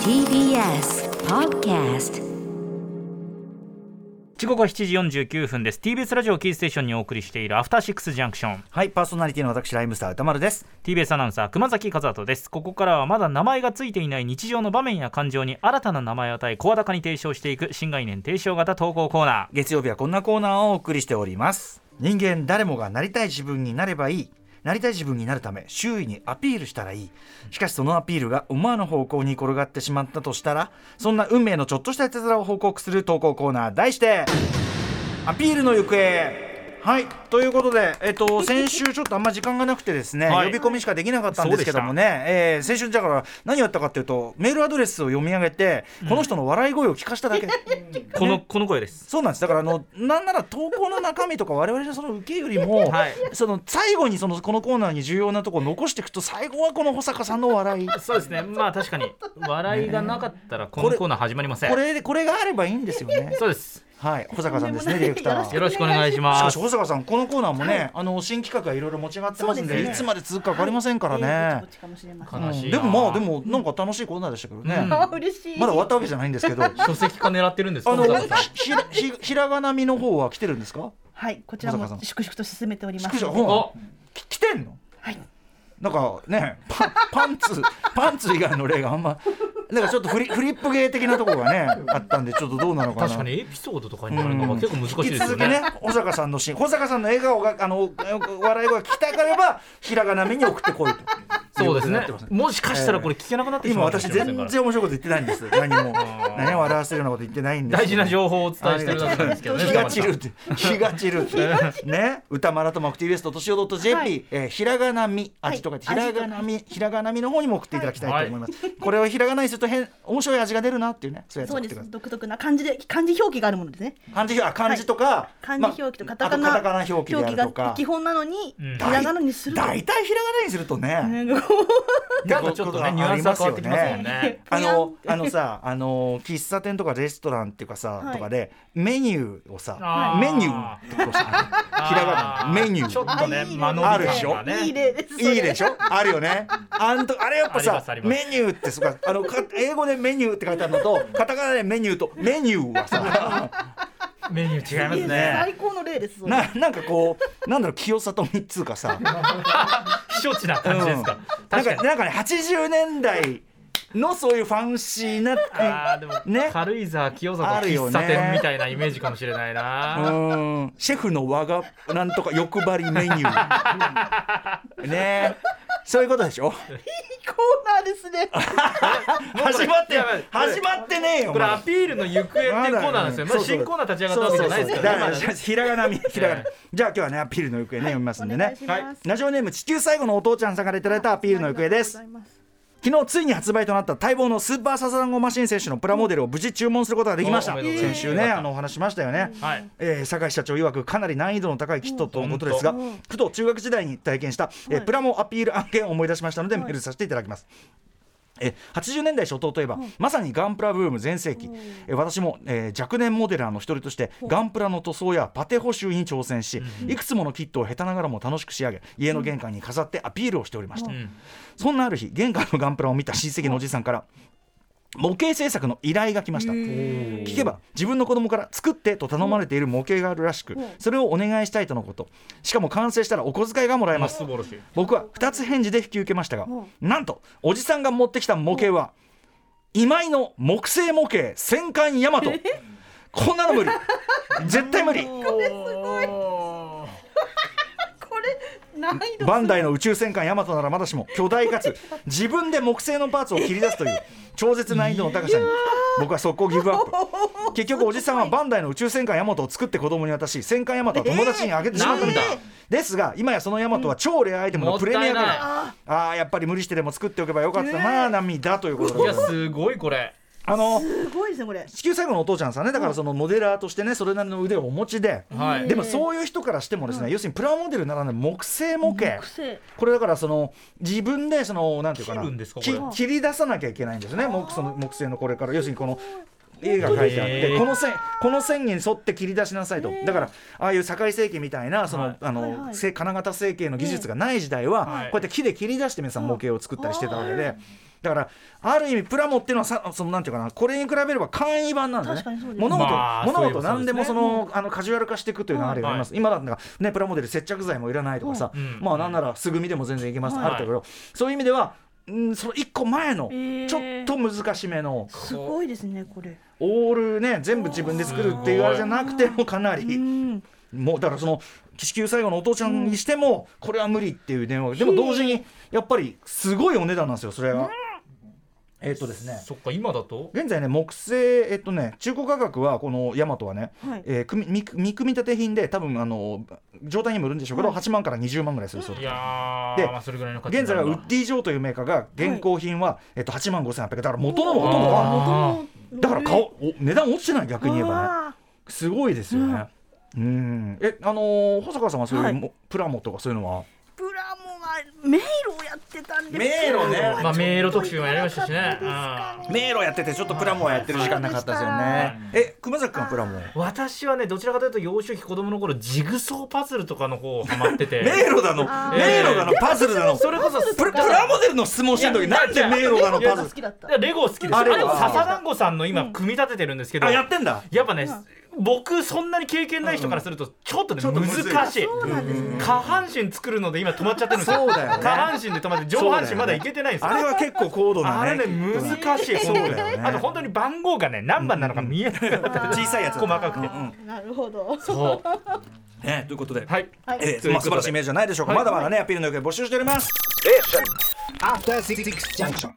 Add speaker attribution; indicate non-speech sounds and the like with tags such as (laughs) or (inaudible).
Speaker 1: TBS Podcast
Speaker 2: 時刻は7時49分です TBS ラジオキーステーションにお送りしているアフターシックスジャンクション
Speaker 3: はい、パーソナリティの私、ライムスター歌丸です。
Speaker 2: TBS アナウンサー熊崎和人ですここからはまだ名前がついていない日常の場面や感情に新たな名前を与え声高に提唱していく新概念提唱型投稿コーナ
Speaker 3: 月曜日はこんなコーナーをお送りしております。人間誰もがなりたい自分になればいい。なりたい自分になるため周囲にアピールしたらいいしかしそのアピールが思わぬ方向に転がってしまったとしたらそんな運命のちょっとしたいたずらを報告する投稿コーナー題してアピールの行方はいということで、えっと、先週ちょっとあんま時間がなくてですね、
Speaker 2: はい
Speaker 3: 呼び込みしかできなかったんですけどもね、えー先週だから何をやったかっていうとメールアドレスを読み上げてこの人の笑い声を聞かしただけ。
Speaker 2: ーこのこの声です
Speaker 3: そうなんですだからあのなんなら投稿の中身とか我々のその受けより
Speaker 2: (laughs)
Speaker 3: も、
Speaker 2: はい
Speaker 3: その最後にそのこのコーナーに重要なところ残していくと最後はこの保坂さんの
Speaker 2: (laughs)
Speaker 3: 笑い
Speaker 2: そうですねまあ確かに笑いがなかったらこ
Speaker 3: こ
Speaker 2: の
Speaker 3: れ
Speaker 2: コーナー始まりません
Speaker 3: これでこれがあればいいんですよ
Speaker 2: (laughs)
Speaker 3: ね
Speaker 2: そうです
Speaker 3: はい保坂さんですねディレクター
Speaker 2: よろしくお願いし
Speaker 3: し
Speaker 2: ま
Speaker 3: か
Speaker 2: す
Speaker 3: し保坂さんこのコーナーもね、あの新企画がいろいろ持ち上がってますんで
Speaker 4: そうですね
Speaker 3: いつまで続くか分かりませんからね、
Speaker 4: どっちかもしれません。
Speaker 2: 悲しい
Speaker 3: で
Speaker 2: な
Speaker 3: もまあでもなんか楽しいコーナーでしたけどね、
Speaker 2: うん
Speaker 3: ま
Speaker 4: あ嬉しい。
Speaker 3: だ終わったわけじゃないんですけどあ
Speaker 2: 書籍化狙ってるんです
Speaker 3: の
Speaker 2: 小坂さん
Speaker 3: ひひらひひらがなみの方は来てるんですか
Speaker 4: はい、こちら
Speaker 3: 保坂
Speaker 4: も
Speaker 3: さん
Speaker 4: 粛々と進めております。
Speaker 3: 粛々
Speaker 2: お
Speaker 3: き来てんの
Speaker 4: はい。
Speaker 3: なんかねパパンツパンツ以外の例があんまなんかちょっとフリフリップ芸的なところがねあったんでちょっとどうなのかな
Speaker 2: 確かにエピソードとかになるのが結構難しい
Speaker 3: 引き
Speaker 2: ですよ
Speaker 3: 続きね
Speaker 2: ね
Speaker 3: 保坂さんのシーン保坂さんの笑顔があの笑い声が聞きたければひらがなめに送ってこいと
Speaker 2: そうです
Speaker 3: い
Speaker 2: ね
Speaker 3: ことになってます
Speaker 2: もしかしたらこれ聞けなくなってし
Speaker 3: 今
Speaker 2: まうかもし
Speaker 3: 私
Speaker 2: れません
Speaker 3: 全
Speaker 2: から
Speaker 3: 然面白いこと言ってないんです何も何も笑わせるようなこと言ってないんで
Speaker 2: (laughs)
Speaker 3: す
Speaker 2: 大事な情報をお伝えしてるだけなんですけどね
Speaker 3: 気が散る
Speaker 4: (laughs)
Speaker 3: って気が散るってね歌丸とマクティベストとしお .jp、
Speaker 4: はい
Speaker 3: えーひらがなみ味とかひ
Speaker 4: はい
Speaker 3: らがなみひらがなみの方にも送っていただきたいと思います、これをひらがなにすると変面白い味が出るなっていうねそういうやつ
Speaker 4: そう
Speaker 3: 送ってく
Speaker 4: で
Speaker 3: だ
Speaker 4: す。
Speaker 3: さい
Speaker 4: 独特な漢字で漢字表記があるものですね。
Speaker 3: 漢字表あ漢字とか、
Speaker 4: 漢字表記とカタカ
Speaker 3: まあ
Speaker 4: ナ
Speaker 3: あとカタカナ表記であるとか
Speaker 4: 表記が基本なのに
Speaker 2: うん
Speaker 4: ひらがなにすると。
Speaker 3: 大体ひらがなにするとね、
Speaker 4: (laughs) なんか
Speaker 2: なんかちょっとねニュアンスが変わってきますもん
Speaker 3: あ
Speaker 2: ね
Speaker 3: あの
Speaker 4: ぷやん
Speaker 3: あのさあの喫茶店とかレストランっていうかさ、
Speaker 4: はい
Speaker 3: とかでメニューをさ
Speaker 2: あー
Speaker 3: メニューってこう
Speaker 2: (laughs)
Speaker 3: さひらがなメニュー
Speaker 2: ちょっとね
Speaker 4: いいね
Speaker 2: 間延び
Speaker 3: あるでしょ
Speaker 2: 感がね
Speaker 4: いい例です。
Speaker 3: いいでしょあるよねあんとあれやっぱ
Speaker 2: ありま
Speaker 3: さ
Speaker 2: すあります
Speaker 3: メニューってすごいあのか英語でメニューって書いてあるのとカタカナでメニューとメニュー
Speaker 2: (laughs)
Speaker 3: はさ
Speaker 2: メニュー違いま
Speaker 4: いい
Speaker 2: す
Speaker 4: です
Speaker 2: ね
Speaker 4: 最高の例です。それ
Speaker 3: ななんかこうなんだろう清里みっつうかさ
Speaker 2: 避暑地な感じですか
Speaker 3: なん
Speaker 2: 確か
Speaker 3: か
Speaker 2: に
Speaker 3: なんかね80年代のそういうファンシーな
Speaker 2: あーでも
Speaker 3: ね
Speaker 2: 軽井沢清里
Speaker 3: あるよ
Speaker 2: 喫
Speaker 3: ね
Speaker 2: 茶店みたいなイメージかもしれないうな
Speaker 3: ーんシェフの我がなんとか欲張りメニュー
Speaker 2: (laughs)
Speaker 3: ねそういうことでしょ
Speaker 4: いいコーナーですね。
Speaker 3: 始まって
Speaker 2: やばい
Speaker 3: 始まってねえよ
Speaker 2: これ
Speaker 3: まだ
Speaker 2: アピールの行方っていうコーナーなんですよまだ
Speaker 3: そうそう
Speaker 2: 新コーナー立ち上がったわけじゃないですか
Speaker 3: だ
Speaker 2: らね
Speaker 3: から
Speaker 2: まだ
Speaker 3: ひらがなみひらがな
Speaker 2: え
Speaker 3: じゃあ今日はねアピールの行方ね読みますんで
Speaker 4: お願い
Speaker 3: ね
Speaker 4: します。
Speaker 3: ラジオネーム地球最後のお父ちゃんさんからいただいたアピールの行方です
Speaker 4: ありがとうございます。
Speaker 3: 昨日ついに発売となった待望のスーパーサザンゴマシン選手のプラモデルを無事注文することができました
Speaker 2: おおめでとうございま
Speaker 3: 先
Speaker 2: す
Speaker 3: 週ねあのお話しましたよね
Speaker 2: はい
Speaker 3: えー、酒井社長曰くかなり難易度の高いキットとのことですが、
Speaker 4: うんうん
Speaker 3: 工藤中学時代に体験した、えー
Speaker 4: はい
Speaker 3: プラモアピール案件を思い出しましたので、
Speaker 4: はい
Speaker 3: メールさせていただきます。えー80年代初頭といえば、まさにガンプラブーム全盛期、えー私も、えー若年モデラーの一人としてガンプラの塗装やパテ補修に挑戦し、いくつものキットを下手ながらも楽しく仕上げ家の玄関に飾ってアピールをしておりました、
Speaker 2: ん
Speaker 3: そんなある日玄関のガンプラを見た親戚のおじさんから模型制作の依頼が来ました、聞けば自分の子供から作ってと頼まれている模型があるらしく
Speaker 4: うん
Speaker 3: それをお願いしたいとのことしかも完成したらお小遣いがもらえ
Speaker 2: ま
Speaker 3: ま
Speaker 2: あ
Speaker 3: す
Speaker 2: 素晴らしい
Speaker 3: 僕は2つ返事で引き受けましたが
Speaker 4: うん
Speaker 3: なんとおじさんが持ってきた模型は今井の木製模型戦艦ヤマトこんなの無理絶対無理
Speaker 2: これすごい
Speaker 4: これ難易度
Speaker 3: バ
Speaker 4: (laughs)
Speaker 3: ンダイの宇宙戦艦ヤマトならまだしも巨大かつ自分で木製のパーツを切り出すという超絶難易度の
Speaker 2: (laughs)
Speaker 3: 高さに僕は速攻ギブアップ結局おじさんはバンダイの宇宙戦艦ヤマトを作って子供に渡し戦艦ヤマトは友達にあげてしまったんだ、
Speaker 2: えーなんだ
Speaker 3: ですが今やそのヤマトは超レアアイテムのプレミアム
Speaker 2: もったいない
Speaker 3: ああーやっぱり無理してでも作っておけばよかったな、涙ということ
Speaker 2: い
Speaker 3: で
Speaker 2: やすごいこれ
Speaker 3: あの
Speaker 4: すごいですねこれ。
Speaker 3: 地球最後のお父ちゃんさんねだからそのモデラーとしてねそれなりの腕をお持ちで、
Speaker 2: はい
Speaker 3: でもそういう人からしてもですね、要するにプラモデルならぬ木製模型
Speaker 4: 癖。
Speaker 3: これだからその自分でそのなんていうかな
Speaker 2: 切るんですか
Speaker 3: き
Speaker 2: これ
Speaker 3: 切り出さなきゃいけないんですね木その木製のこれから要するにこの絵が書いてあっ
Speaker 2: へ
Speaker 3: て
Speaker 2: ー
Speaker 3: この線この線に沿って切り出しなさいとだからああいう社会整形みたいなその、
Speaker 2: はい
Speaker 3: あの、
Speaker 4: はいはい
Speaker 3: せ金型整形の技術がない時代は、
Speaker 2: はい
Speaker 3: こうやって木で切り出して皆さん模型を作ったりしてたわけで。だだからある意味プラモっていうのはさそのなんていうかなこれに比べれば簡易版なんだね
Speaker 4: 確かにそうです
Speaker 3: 物事、
Speaker 2: まあ
Speaker 3: 物
Speaker 2: そういえば
Speaker 3: 事何でも
Speaker 2: そ
Speaker 3: そうのあのカジュアル化していくという流れがあります、
Speaker 2: は
Speaker 3: 今だったらねプラモデル接着剤もいらないとかさ、
Speaker 2: うん
Speaker 3: まあなんならすぐ見でも全然いけます、
Speaker 2: はい
Speaker 3: あるけどそういう意味では、うん、その一個前の
Speaker 4: ー
Speaker 3: ちょっと難しめの
Speaker 4: すごいですねこれ
Speaker 3: オールね全部自分で作るっていうあれじゃなくてもかな
Speaker 4: う
Speaker 3: り
Speaker 4: ん
Speaker 3: もうだからその地球最後のお父ちゃんにしてもこれは無理っていう電話がでも同時にやっぱりすごいお値段なんですよそれは。えっとですね
Speaker 2: そっか今だと
Speaker 3: 現在ね木製えっとね中古価格はこのヤマトはね、
Speaker 4: はい
Speaker 3: えー組み見見組み立て品で多分あの状態にもよるんでしょうけど、
Speaker 4: はい
Speaker 3: 8万から20万ぐらいするそう
Speaker 2: い
Speaker 3: で
Speaker 2: やー
Speaker 3: で
Speaker 2: まあそれぐらいの価値
Speaker 3: 現在はウッディジョーというメーカーが現行品は、えっと、8万5800円だから元のほとんどは
Speaker 2: あ
Speaker 3: だから顔お値段落ちてない逆に言えばね
Speaker 4: ば
Speaker 3: すごいですよね。うん、え、あのー、細川さんはそういうも、プラモとかそういうのは。
Speaker 4: プラモは迷路をやってたんです
Speaker 3: 迷路ね
Speaker 2: まあ迷路特集もやりましたしねうん
Speaker 3: 迷路やってて、ちょっとプラモやってる時間なかったですよね。え、熊崎君はプラモ。
Speaker 2: 私はねどちらかというと幼少期子供の頃ジグソーパズルとかの方ハマ
Speaker 3: (laughs)
Speaker 2: ってて
Speaker 3: 迷路だの、
Speaker 4: あ
Speaker 2: ー
Speaker 3: 迷路だの、パズルだの。
Speaker 2: それこそ
Speaker 3: プラプラモデルの質問してる時、
Speaker 2: いや
Speaker 3: なんで迷路だの、
Speaker 2: いや
Speaker 3: パズル
Speaker 4: 好。きだった
Speaker 2: レゴ好きです
Speaker 3: あ
Speaker 2: あ
Speaker 3: レ
Speaker 2: れ
Speaker 3: ゴ
Speaker 2: も笹団子さんの今組み立ててるんですけど、
Speaker 3: あ、や
Speaker 2: や
Speaker 3: ってんだ。
Speaker 2: っぱね、僕そんなに経験ない人からするとちょっとね、
Speaker 3: ちょっとむずい
Speaker 2: 難しい
Speaker 4: そうなんですね
Speaker 2: 下半身作るので今止まっちゃってるんです
Speaker 3: そうだよね
Speaker 2: 下半身で止まって上半身まだいけてないんですよ
Speaker 3: あれは結構高度な
Speaker 2: あ
Speaker 3: ね。
Speaker 2: れね難しい
Speaker 3: そうだよね
Speaker 2: あと本当に番号がね何番なのか見えなかったり
Speaker 3: 小さいやつ。
Speaker 2: 細かくて
Speaker 3: うんうん
Speaker 4: なるほど
Speaker 2: そう
Speaker 3: ね、ということで。
Speaker 2: はい
Speaker 4: はい
Speaker 2: とい
Speaker 3: えー、
Speaker 2: うことで
Speaker 3: まあ、素晴らしいイメージじゃないでしょうか。
Speaker 2: はい
Speaker 3: まだまだね、アピールの余計募集しております。
Speaker 5: After Six Junction.